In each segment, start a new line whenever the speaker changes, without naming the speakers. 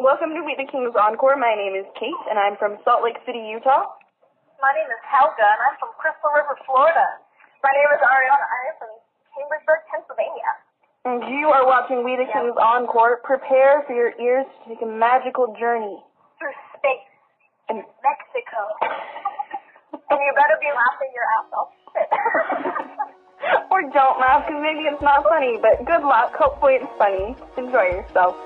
Welcome to We the Kings Encore. My name is Kate, and I'm from Salt Lake City, Utah.
My name is Helga, and I'm from Crystal River, Florida. My name is Ariana. I am from Cambridgeburg, Pennsylvania.
And you are watching We the
Yeah.
Kings Encore. Prepare for your ears to take a magical journey.
Through space,
And
Mexico. and you better be laughing your ass off.
or don't laugh, because maybe it's not funny, but good luck. Hopefully it's funny. Enjoy yourself.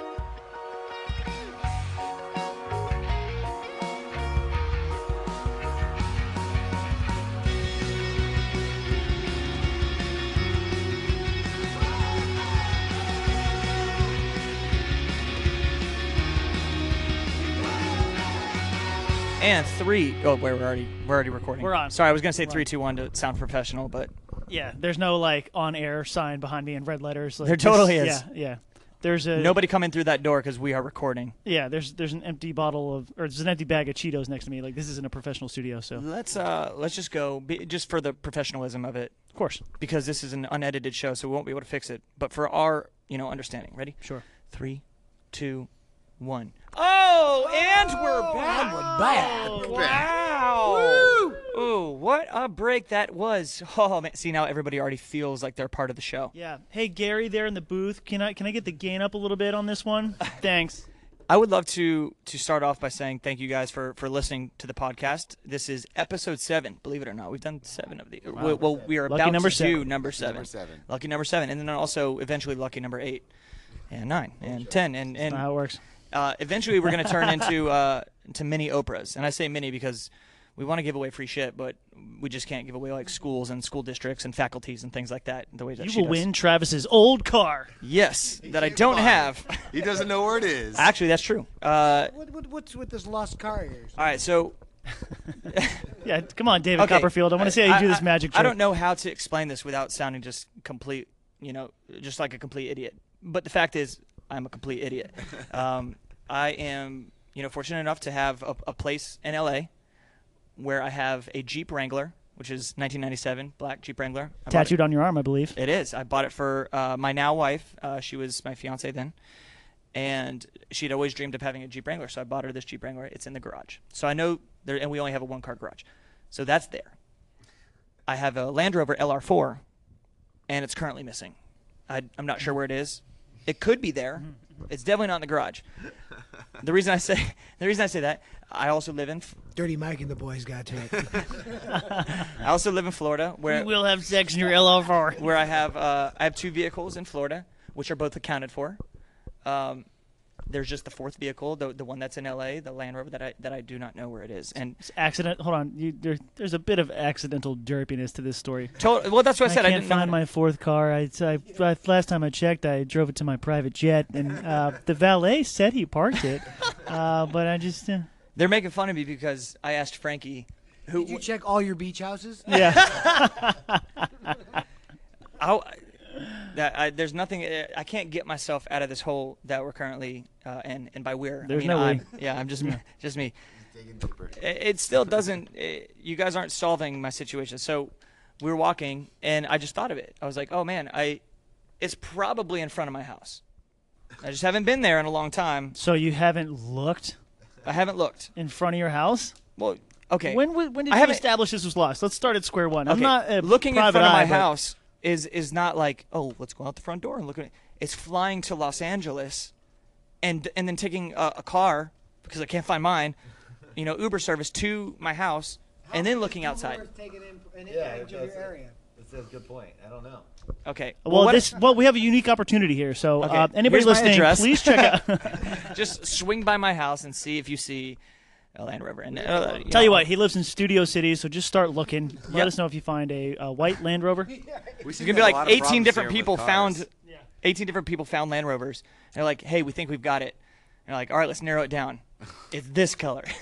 And three oh wait, we're already we're already recording.
We're on.
Sorry, I was gonna say three, two, one to sound professional, but
Yeah, there's no like on air sign behind me in red letters. Like,
There totally
this-
is.
Yeah, yeah. There's a
nobody coming through that door because we are recording.
Yeah, there's there's an empty bottle of or there's an empty bag of Cheetos next to me. Like this isn't a professional studio, so of
Let's uh let's just go be, just for the professionalism of it
course.
because this is an unedited show, so we won't be able to fix it. But for our you know understanding, ready?
Sure.
Three, two, one. Oh, and we're back.
We're back.
Wow. Woo! Ooh, what a break that was. Oh man, see now everybody already feels like they're part of the show.
Yeah. Hey Gary, there in the booth, can I can I get the gain up a little bit on this one? Thanks.
I would love to to start off by saying thank you guys for for listening to the podcast. This is episode seven. Believe it or not, we've done seven of these. Well, well, we are
Lucky
about
number
to
seven.
do number seven.
Number seven.
Lucky number seven, and then also eventually lucky number eight, and nine, and ten, and and
How it works.
uh, eventually we're going to turn into uh, to mini Oprahs, and I say mini because we want to give away free shit, but we just can't give away like schools and school districts and faculties and things like that. The way that
You
she
will
does.
win Travis's old car.
Yes, that I
can't
don't
find it.
have.
He doesn't know where it is.
Actually, that's true. Uh,
What, what, what's with this lost car here?
all right, so
Yeah, come on, David
Okay.
Copperfield. I want to see how you do this magic trick.
I don't know how to explain this without sounding just complete, you know, just like a complete idiot. But the fact is, I'm a complete idiot. um, I am, you know, fortunate enough to have a, a place in LA where I have a Jeep Wrangler, which is 1997 black Jeep Wrangler. I bought
Tattooed
It.
on your arm, I believe.
it is. I bought it for uh, my now wife. Uh, she was my fiance then. And she'd always dreamed of having a Jeep Wrangler, so I bought her this Jeep Wrangler. It's in the garage, so I know there, and we only have a one-car garage, so that's there. I have a Land Rover LR4, and it's currently missing. I, I'm not sure where it is. It could be there. It's definitely not in the garage. The reason I say the reason I say that I also live in
Dirty Mike and the boys got to it.
I also live in Florida where
You will have sex in your LR4.
where I have uh, I have two vehicles in Florida, which are both accounted for. Um, there's just the fourth vehicle, the the one that's in LA, the Land Rover that I that I do not know where it is. And
It's accident. Hold on. You, there, there's a bit of accidental derpiness to this story.
to- well, that's what I
I
said. I,
can't
didn't
find
know.
my fourth car. I, I, I- last time I checked, I drove it to my private jet, and uh, the valet said he parked it, uh, but I just uh,
They're making fun of me because I asked Frankie, who
Did you check all your beach houses?
yeah.
I, that I, there's nothing. eh, I can't get myself out of this hole that we're currently uh, in, and by where.
There's
I mean,
no way.
I'm, Yeah, I'm just me just me.
Digging deeper.
it it still doesn't it, you guys aren't solving my situation so we were walking and i just thought of it i was like oh man i it's probably in front of my house i just haven't been there in a long time
So you haven't looked
i haven't looked
in front of your house?
well okay
When wa- when did
I
you
haven't-
establish this was lost? Let's start at square one. I'm
okay,
not a
looking in front
private
of my
eye, but
house is is not like oh let's go out the front door and look at it it's flying to los angeles and and then taking a, a car because i can't find mine you know uber service to my house and then looking outside
That's a good point. I don't know.
okay
Well,
what-
this well, we have a unique opportunity here. So
Okay,
uh, anybody
here's my
listening,
address.
please check out.
just swing by my house and see if you see a Land Rover. And uh,
Tell you
know,
what, he lives in Studio City, so just start looking. Let
Yep.
us know if you find a, uh white Land Rover.
We
it's gonna be like 18 different people found, 18 different people found Land Rovers. And they're like, hey, we think we've got it. And they're like, all right, let's narrow it down. It's this color.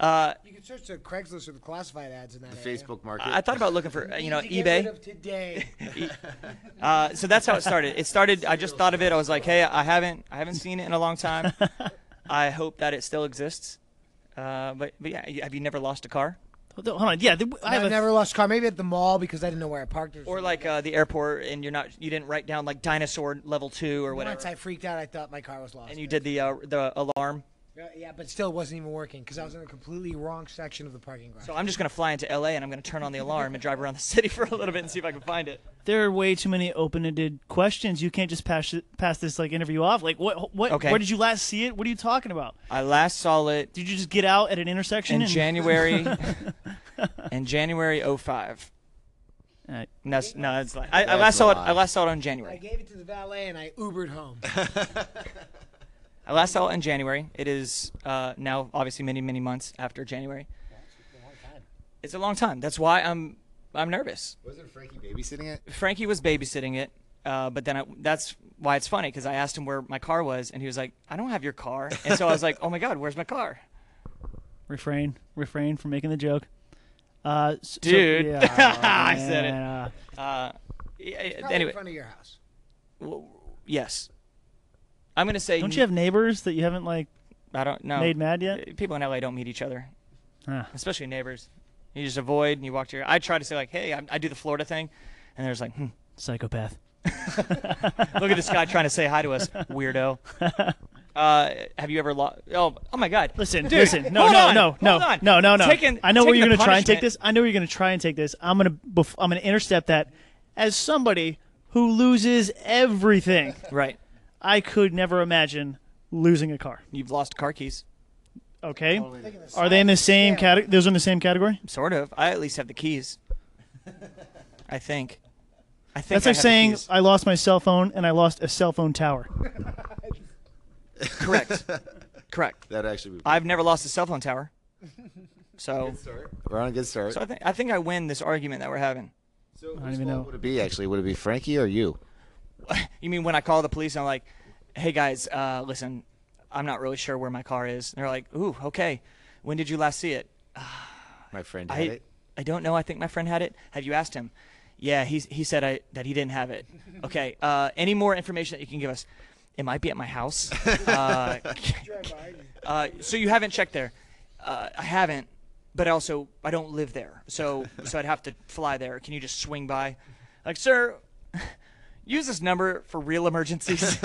You can search the Craigslist or the classified ads in that area.
Facebook market.
I I thought about looking for uh, you know
Easy to get rid
eBay.
of today.
Uh, so that's how it started. It started. I just thought of it. I was like, hey, I haven't, I haven't seen it in a long time. I hope that it still exists. Uh, but but yeah, have you never lost a car?
Well, th- Hold on. Yeah, th- I
I
have a-
never lost a car. Maybe at the mall because I didn't know where I parked.
Or like uh, the airport, and you're not, you didn't write down like dinosaur level two or whatever,
Once I freaked out, I thought my car was lost.
and you did the uh, the alarm.
Yeah, Yeah, but still it wasn't even working because I was in a completely wrong section of the parking garage.
So I'm just gonna fly into LA and I'm gonna turn on the alarm and drive around the city for a little bit and see if I can find it.
there are way too many open-ended questions. You can't just pass it- pass this like interview off. Like what what
Okay.
where did you last see it? What are you talking about?
I last saw it
Did you just get out at an intersection
in
and-
January in January 05.
All right.
And that's no, that's like I, I
That's
last
a
saw it.
lie.
I last saw it on
I
January.
gave it to the valet and I Ubered home.
I last saw it in January. It is uh, now obviously many many months after January. It's a long time. That's why I'm I'm nervous.
Wasn't Frankie babysitting it?
Frankie was babysitting it, uh, but then I, that's why it's funny because I asked him where my car was, and he was like, "I don't have your car," and so I was like, "Oh my God, where's my car?"
refrain refrain from making the joke. Uh, s- so-
Dude.
yeah,
I said it.
man,
Yeah,
uh,
yeah,
Probably
anyway,
in front of your house.
yes, I'm gonna say.
don't you have neighbors that you haven't like
I don't know.
made mad yet?
People in LA don't meet each other,
Huh.
especially neighbors. You just avoid and you walk to your. I try to say like, "Hey, I, I do the Florida thing," and there's like, hmm,
Psychopath.
"Look at this guy trying to say hi to us, weirdo." Uh, have you ever lost? Oh, oh my God!
Listen,
Dude,
listen. No,
hold
no,
on,
no, no,
hold on.
no, no, no.
Taking-
I know where
taking
you're
the
gonna try and take
punishment-
this. I know you're gonna try and take this. I'm gonna bef- I'm gonna intercept that as somebody who loses everything.
Right,
I could never imagine losing a car.
you've lost car keys.
Okay, are they in the same category? Those are in the same category.
Sort of. I at least have the keys. I think. I think
That's
I
like
have the
saying
keys.
I lost my cell phone and I lost a cell phone tower.
correct. correct.
That actually would be
I've never lost a cell phone tower. So,
We're on a good start.
so I think I think I win this argument that we're having.
So
don't even know.
Would it be actually? Would it be Frankie or you?
You mean when I call the police and I'm like, "Hey guys, uh, listen, I'm not really sure where my car is." And they're like, "Ooh, okay. When did you last see it?"
My friend had
I
it.
I don't know. I think my friend had it. Have you asked him? Yeah, he he said I, that he didn't have it. Okay. Uh, any more information that you can give us? It might be at my house. Uh, uh, so you haven't checked there. Uh, I haven't, but also I don't live there, so so I'd have to fly there. Can you just swing by? Like, sir, use this number for real emergencies,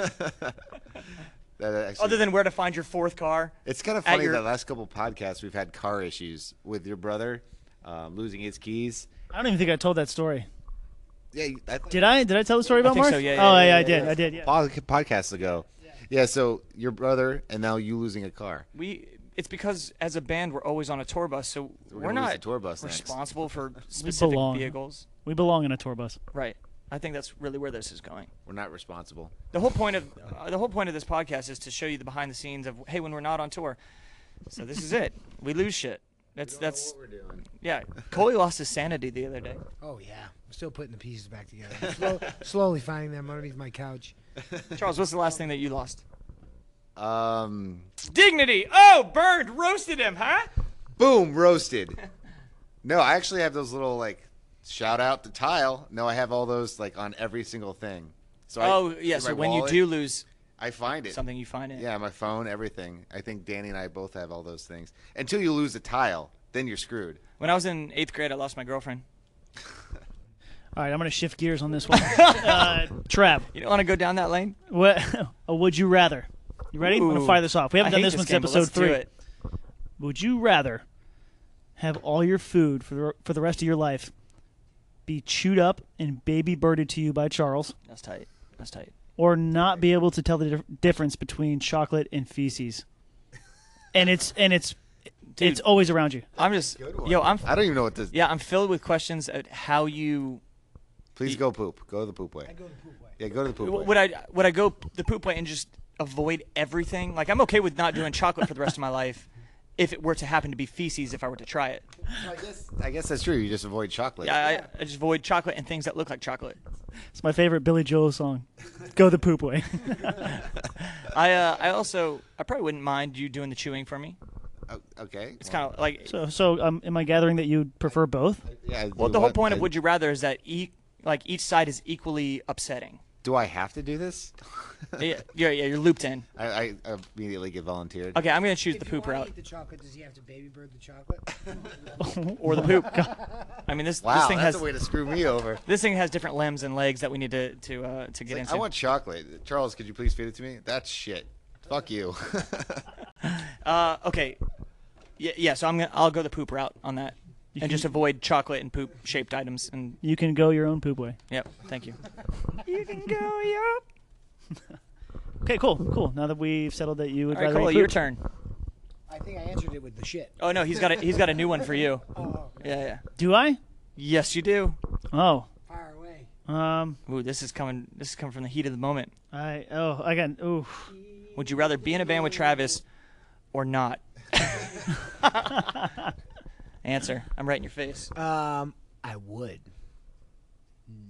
That actually,
other than where to find your fourth car.
it's kind of
at
funny
your-
that last couple podcasts we've had car issues with your brother um, losing his keys.
I don't even think I told that story.
Yeah, you- I think
Did I? Did I tell the story about
think so,
Mark?
yeah, yeah,
oh
yeah, yeah,
I did.
yeah.
I did. Yeah.
pod- podcasts ago. Yeah. so your brother and now you losing a car.
we it's because as a band we're always on a tour bus, so we're,
gonna lose
not
the tour bus next.
responsible for specific
belong.
vehicles.
We belong in a tour bus.
Right. I think that's really where this is going.
We're not responsible.
The whole point of uh, the whole point of this podcast is to show you the behind the scenes of hey, when we're not on tour. So this is it. We lose shit. That's that's
We're doing.
yeah. Coley lost his sanity the other day.
Oh yeah, I'm still putting the pieces back together. I'm slow, slowly finding them underneath my couch.
Charles, what's the last thing that you lost?
Um,
Dignity. Oh, Bird roasted him, huh?
boom, roasted. no, I actually have those little like shout out to tile. No, I have all those like on every single thing. So I,
Oh yeah.
in
So
my
when
wallet,
you do lose
I find it.
something, you find it.
Yeah, my phone, everything. I think Danny and I both have all those things. Until you lose a tile, then you're screwed.
When I was in eighth grade, I lost my girlfriend.
All right, I'm gonna shift gears on this one. uh, Trav,
You don't want to go down that lane.
what? A would you rather? You ready? I'm gonna
Ooh.
fire this off. We haven't
I
done
hate
this, one
game, but
since episode
let's do
three.
it.
Would you rather have all your food for the for the rest of your life be chewed up and baby birded to you by Charles,
That's tight. That's tight.
or not be able to tell the dif- difference between chocolate and feces? And it's and it's it's always around you.
I'm just yo. I'm
I don't even know what to.
yeah. I'm filled with questions at how you
Please go poop. Go to the poop way. I go to the poop way. Yeah, go to the poop way.
would I would I go the poop way and just avoid everything? Like I'm okay with not doing chocolate for the rest of my life, if it were to happen to be feces if I were to try it.
I guess, I guess that's true. You just avoid chocolate.
I, I, I just avoid chocolate and things that look like chocolate.
It's my favorite Billy Joel song. Go the poop way.
I uh, I also I probably wouldn't mind you doing the chewing for me.
O- Oh, okay.
It's kind of like
so so um, am I gathering that you'd prefer both?
yeah, Uh,
well the whole point of would you rather is that e- like each side is equally upsetting.
Do I have to do this?
yeah, yeah, yeah, you're looped in.
I, I immediately get volunteered.
Okay, I'm gonna choose the
if you
poop
wanna
route
Eat the chocolate. Does he have to baby bird the chocolate?
or the poop. I mean, this this
Wow,
thing
that's
has
a way to screw me over.
this thing has different limbs and legs that we need to to uh, to get
Like,
into.
I want chocolate. Charles, could you please feed it to me? That's shit. Fuck you.
uh, okay, yeah, yeah. So I'm gonna I'll go the poop route on that, and
can-
just avoid chocolate and poop shaped items. And
You can go your own poop way.
yep, thank you. you can go. Yep.
Okay, cool, cool. Now that we've settled that you would
All right,
rather
cool.
eat
Your
poop.
turn.
I think I answered it with the shit.
Oh no, he's got a he's got a new one for you. Yeah, yeah.
Do I?
Yes, you do.
Oh,
Fire away.
um,
Ooh, this is coming. This is coming from the heat of the moment.
I oh I got ooh.
Would you rather be in a band with Travis or not? Answer. I'm right in your face.
Um, I would.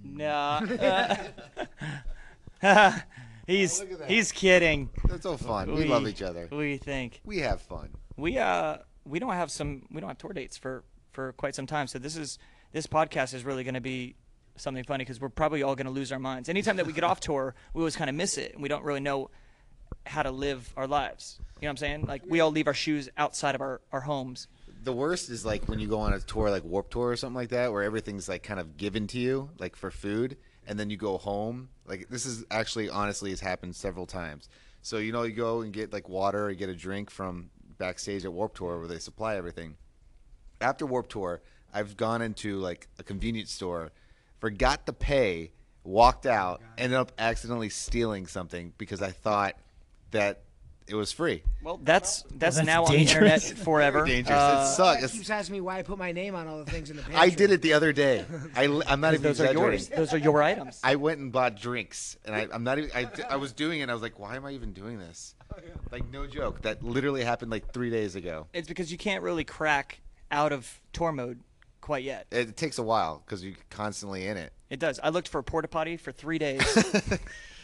No. uh, he's he's kidding.
That's so fun. We love each other.
We think
We have fun.
we uh we don't have some we don't have tour dates for for quite some time. So this is this podcast is really going to be something funny because we're probably all going to lose our minds. Anytime that we get off tour, we always kind of miss it, and we don't really know how to live our lives. You know what I'm saying? Like we all leave our shoes outside of our our homes.
The worst is like when you go on a tour, like Warp Tour or something like that, where everything's like kind of given to you, like for food, and then you go home. Like this is actually, honestly, has happened several times. So you know, you go and get like water or get a drink from backstage at Warp Tour where they supply everything. After Warp Tour, I've gone into like a convenience store, forgot to pay, walked out, ended up accidentally stealing something because I thought that it was free.
Well, that's that's,
that's
now on the internet
dangerous.
forever.
Dangerous.
Uh,
it sucks.
He keeps asking me why I put my name on all the things in the pantry.
I did it the other day. I, am not even
those are yours.
exaggerating.
Those are your items.
I went and bought drinks, and I, I'm not even. I, I was doing it. and I was like, why am I even doing this?
Oh,
Like no joke. That literally happened like three days ago.
It's because you can't really crack out of tour mode quite yet.
It takes a while because you're constantly in it.
It does. I looked for a porta potty for three days.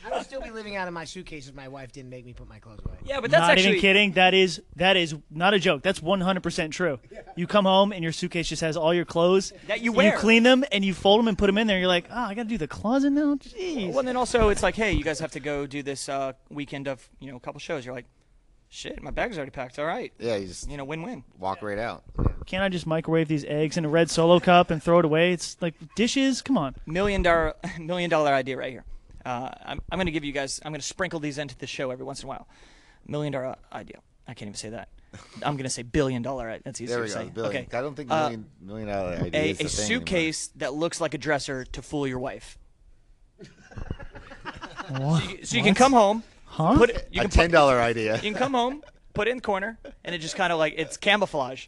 I would still be living out of my suitcase if my wife didn't make me put my clothes away.
yeah, but that's
not
actually
even kidding. That is that is not a joke. That's 100% true. You come home and your suitcase just has all your clothes
That you
and
wear.
You clean them and you fold them and put them in there. You're like, oh, I got to do the closet now. Jeez.
Well, and then also it's like, hey, you guys have to go do this uh, weekend of you know a couple shows. You're like, shit, my bag's already packed. All right,
Yeah, you just
you know, win-win.
walk right out.
Can't I just microwave these eggs in a red solo cup and throw it away? It's like dishes. Come on.
Million dollar million dollar idea right here. Uh, I'm I'm gonna give you guys. I'm gonna sprinkle these into the show every once in a while. Million dollar idea. I can't even say that. I'm gonna say billion dollar. That's easier
There we
to
go.
say.
Billion.
Okay.
I don't think
Uh,
million million dollar idea
a,
is the
a
thing
suitcase that looks like a dresser to fool your wife. so you, so you can come home,
Huh?
put it, you
Anymore. A
can
ten
put,
dollar idea.
you can come home, put it in the corner, and it just kind of like it's camouflage.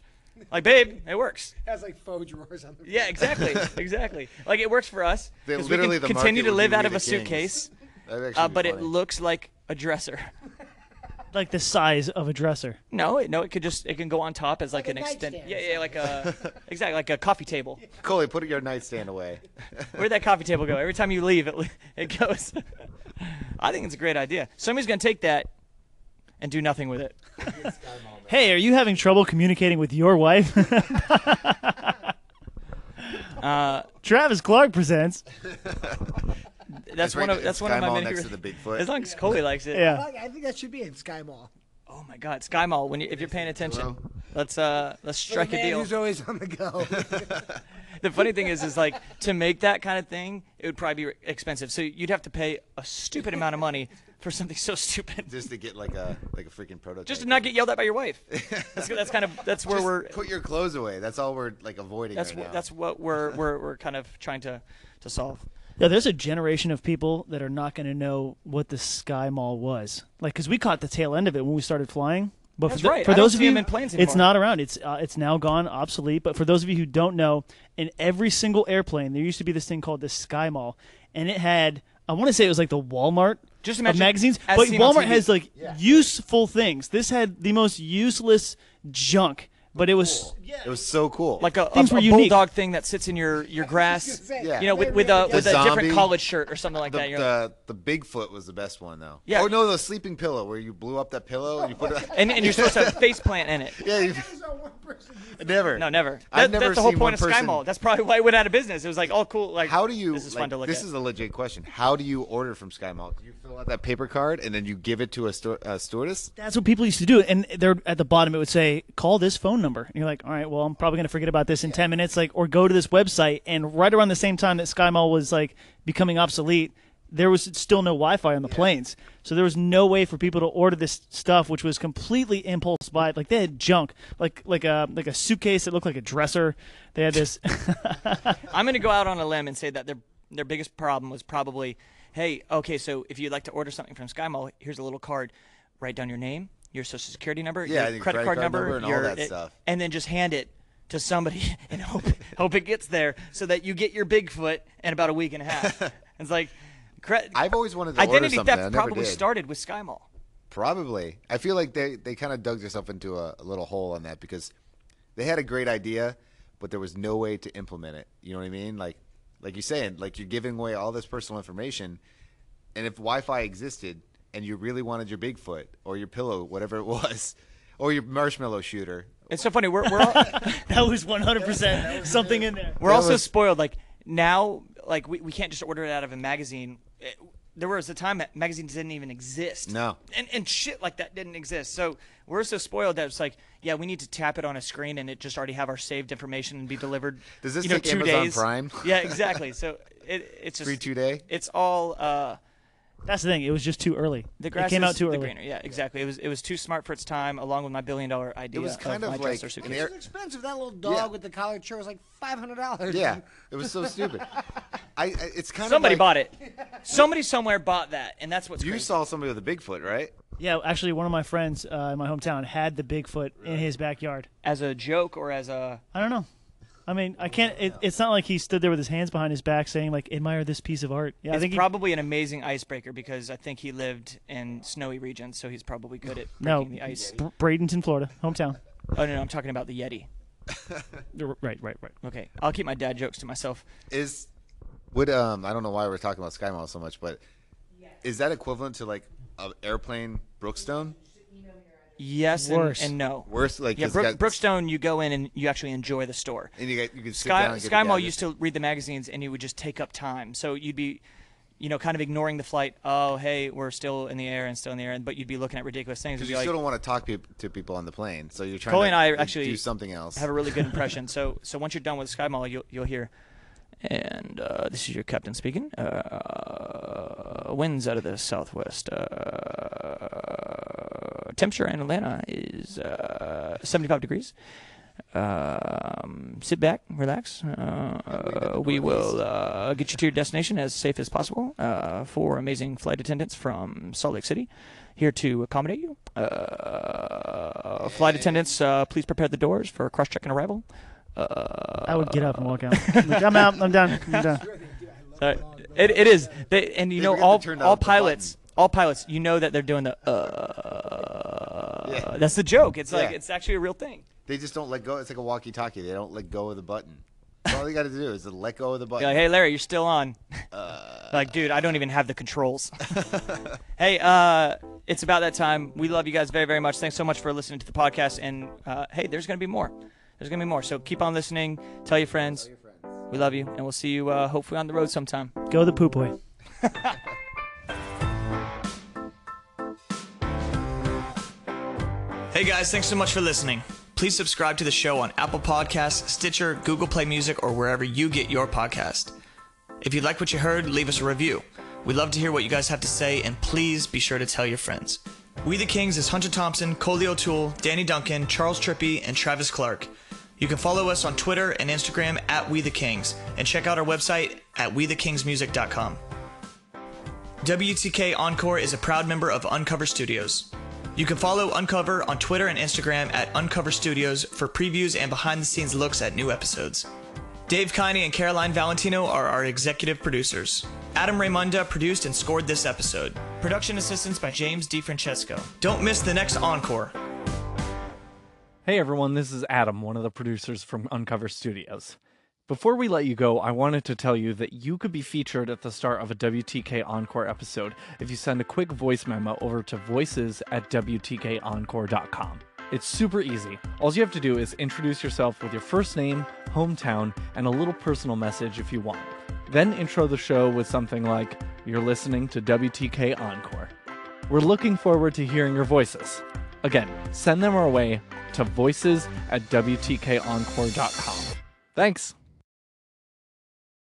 Like, babe, it works.
It has like faux drawers on the
Yeah, exactly, exactly. Like it works for us
They-
because we
literally
can
the
continue
market
to
would be
live
We
out of
the
a
Kings.
suitcase,
That'd actually
uh,
be
but it
funny.
looks like a dresser.
Like the size of a dresser.
No, it, no, it could just it can go on top as like,
Like
an
a
extend.
nightstand
Yeah,
or
yeah, like a exactly like a coffee table.
Coley, put your nightstand away.
Where'd that coffee table go? Every time you leave, it it goes. I think it's a great idea. Somebody's gonna take that and do nothing with it.
Hey, are you having trouble communicating with your wife?
Uh,
Travis Clark presents.
That's one
right
of that's
next-
one of my
Sky Mall
many.
next to
favorite-
the Bigfoot.
As long as Coley likes it.
Yeah.
I think that should be in Sky Mall.
Oh my God, Sky Mall. When you, if you're paying attention, let's uh let's strike
the
a
man
deal.
Who's always on the go.
The funny thing is, is like to make that kind of thing, it would probably be expensive. So you'd have to pay a stupid amount of money for something so stupid,
just to get like a like a freaking prototype.
just to not get yelled at by your wife. That's, that's kind of that's where
Just
we're
put your clothes away. That's all we're like avoiding
that's
right
what
now.
that's what we're we're we're kind of trying to to solve.
Yeah, there's a generation of people that are not going to know what the Sky Mall was. Like, because we caught the tail end of it when we started flying. But
That's
for, tho-
right.
for
I don't
those of
see
you,
'em in planes
it's
anymore.
not around. It's uh, it's now gone obsolete. But for those of you who don't know, in every single airplane, there used to be this thing called the Sky Mall, and it had I want to say it was like the Walmart
Just
of
imagine
magazines.
as
But
seen on
Walmart
TV.
has like useful things. This had the most useless junk, but it was
It was so cool.
Like a, a,
Things were
a
unique.
bulldog thing that sits in your your grass,
Yeah.
you know, with with a
The
with a different
zombie.
college shirt or something like
the,
that. You're like-
the the Bigfoot was the best one though.
Yeah.
Oh no, the sleeping pillow where you blew up that pillow and you put it.
and, and you're supposed to have a face plant in it.
yeah. You, never.
No, never. That-
I've never
that's the whole
seen
point
one
of Sky
person-
Mall. That's probably why it went out of business. It was like, oh, cool. Like,
How do you?
This is
like,
fun to look
This
at.
is a legit question. How do you order from Sky Mall? Do you fill out that paper card and then you give it to a, sto- a stewardess?
That's what people used to do, and they're at the bottom. It would say, "Call this phone number," and you're like, "All right, well, I'm probably going to forget about this in ten minutes." Like, or go to this website, and right around the same time that Sky Mall was like becoming obsolete, there was still no Wi-Fi on the planes, so there was no way for people to order this stuff, which was completely impulse buy. Like they had junk, like like a like a suitcase that looked like a dresser. They had this.
I'm going to go out on a limb and say that their their biggest problem was probably, hey, okay, so if you'd like to order something from Sky Mall, here's a little card. Write down your name, your social security number,
Yeah,
your
your
credit
credit
card
card
number,
number and all
your-
that
it-
stuff.
and then just hand it to somebody and hope hope it gets there so that you get your Bigfoot in about a week and a half. it's like, cre-
I've always wanted to order
identity
something. I
theft
never
probably
did.
started with Sky Mall.
Probably. I feel like they, they kind of dug themselves into a, a little hole on that because they had a great idea, but there was no way to implement it. You know what I mean? Like like you're saying, like you're giving away all this personal information, and if Wi-Fi existed and you really wanted your Bigfoot or your pillow, whatever it was, or your marshmallow shooter,
It's so funny. We're we're all,
that was 100 percent something in there.
We're also
was-
spoiled. Like now, like we, we can't just order it out of a magazine. It- there was a time that magazines didn't even exist.
No.
and and shit like that didn't exist. So we're so spoiled that it's like, yeah, we need to tap it on a screen and it just already have our saved information and be delivered.
Does this
you know,
take
two
Amazon
days.
Prime?
Yeah, exactly. So it, it's just
Free two-day?
It's all uh,
That's the thing. It was just too early.
the grass
it came
is
out too
the
early.
greener. Yeah, exactly. It was it was too smart for its time, along with my billion dollar idea.
it was kind of,
my
like
dresser
an
suitcase.
air-
It's expensive. That little dog
Yeah.
with the collared shirt was like five hundred dollars.
yeah, it was so stupid. I, I it's kind
Somebody
of like,
bought it. Somebody somewhere bought that, and that's what's
You
crazy.
saw somebody with a Bigfoot, right?
Yeah, actually, one of my friends uh, in my hometown had the Bigfoot in his backyard.
as a joke or as a
I don't know. I mean, I can't. It, it's not like he stood there with his hands behind his back saying, like, admire this piece of art. Yeah, I
It's
think. he-
probably an amazing icebreaker because I think he lived in snowy regions, so he's probably good at breaking
no,
the ice.
Br- Bradenton, Florida, hometown.
Oh no, no, I'm talking about the Yeti.
You're Right, right, right.
Okay, I'll keep my dad jokes to myself.
is would um I don't know why we're talking about Sky Mall so much, but is that equivalent to like a airplane Brookstone?
Yes and,
Worse.
and no.
Worse, like
Yeah,
'cause
Brook,
got-
Brookstone, you go in and you actually enjoy the store.
and you get you can sit down.
Sky,
and get
Sky
the
Mall
gadgets.
used to read the magazines and you would just take up time. So you'd be, you know, kind of ignoring the flight. Oh, hey, we're still in the air and still in the air, and but you'd be looking at ridiculous things. You'd
because
be
you
like,
still don't want to talk peop to people on the plane, so you're trying
Chloe
to
and I
like,
actually
do something else.
have a really good impression. So so once you're done with Sky Mall, you'll you'll hear. And uh, this is your captain speaking. Uh, winds out of the southwest. Uh, temperature in Atlanta is uh, 75 degrees. Um, sit back, relax. Uh, we will uh, get you to your destination as safe as possible. Uh, four amazing flight attendants from Salt Lake City here to accommodate you. Uh, flight attendants, uh, please prepare the doors for cross check and arrival. Uh,
I would get up and walk out. Like, I'm out. I'm done. I'm done.
uh, it, it is. They, and you
They
know
forget to
all
turn
all
off the
pilots all pilots you know that they're doing the uh
Yeah.
that's the joke. It's like
Yeah.
it's actually a real thing.
they just don't let go. It's like a walkie-talkie. They don't let go of the button. So all you got to do is to let go of the button.
You're like, hey Larry, you're still on. like, dude, I don't even have the controls. hey, uh it's about that time. We love you guys very, very much. Thanks so much for listening to the podcast and uh, hey, there's gonna be more. There's gonna be more. So keep on listening, tell your friends. We love you, and we'll see you uh, hopefully on the road sometime.
Go the poop way.
Hey guys, thanks so much for listening. Please subscribe to the show on Apple Podcasts, Stitcher, Google Play Music, or wherever you get your podcast. If you like what you heard, leave us a review. We'd love to hear what you guys have to say, and please be sure to tell your friends. We the Kings is Hunter Thompson, Coley O'Toole, Danny Duncan, Charles Trippy, and Travis Clark. You can follow us on Twitter and Instagram at We the Kings, and check out our website at WeTheKingsMusic.com. WTK Encore is a proud member of Uncover Studios. You can follow Uncover on Twitter and Instagram at Uncover Studios for previews and behind the scenes looks at new episodes. Dave Kiney and Caroline Valentino are our executive producers. Adam Raimunda produced and scored this episode. Production assistance by James DiFrancesco. Don't miss the next Encore.
Hey everyone, this is Adam, one of the producers from Uncover Studios. Before we let you go, I wanted to tell you that you could be featured at the start of a WTK Encore episode if you send a quick voice memo over to voices at WTKEncore.com. It's super easy. All you have to do is introduce yourself with your first name, hometown, and a little personal message if you want. Then intro the show with something like, You're listening to WTK Encore. We're looking forward to hearing your voices. Again, send them our way to voices at WTKEncore.com. Thanks.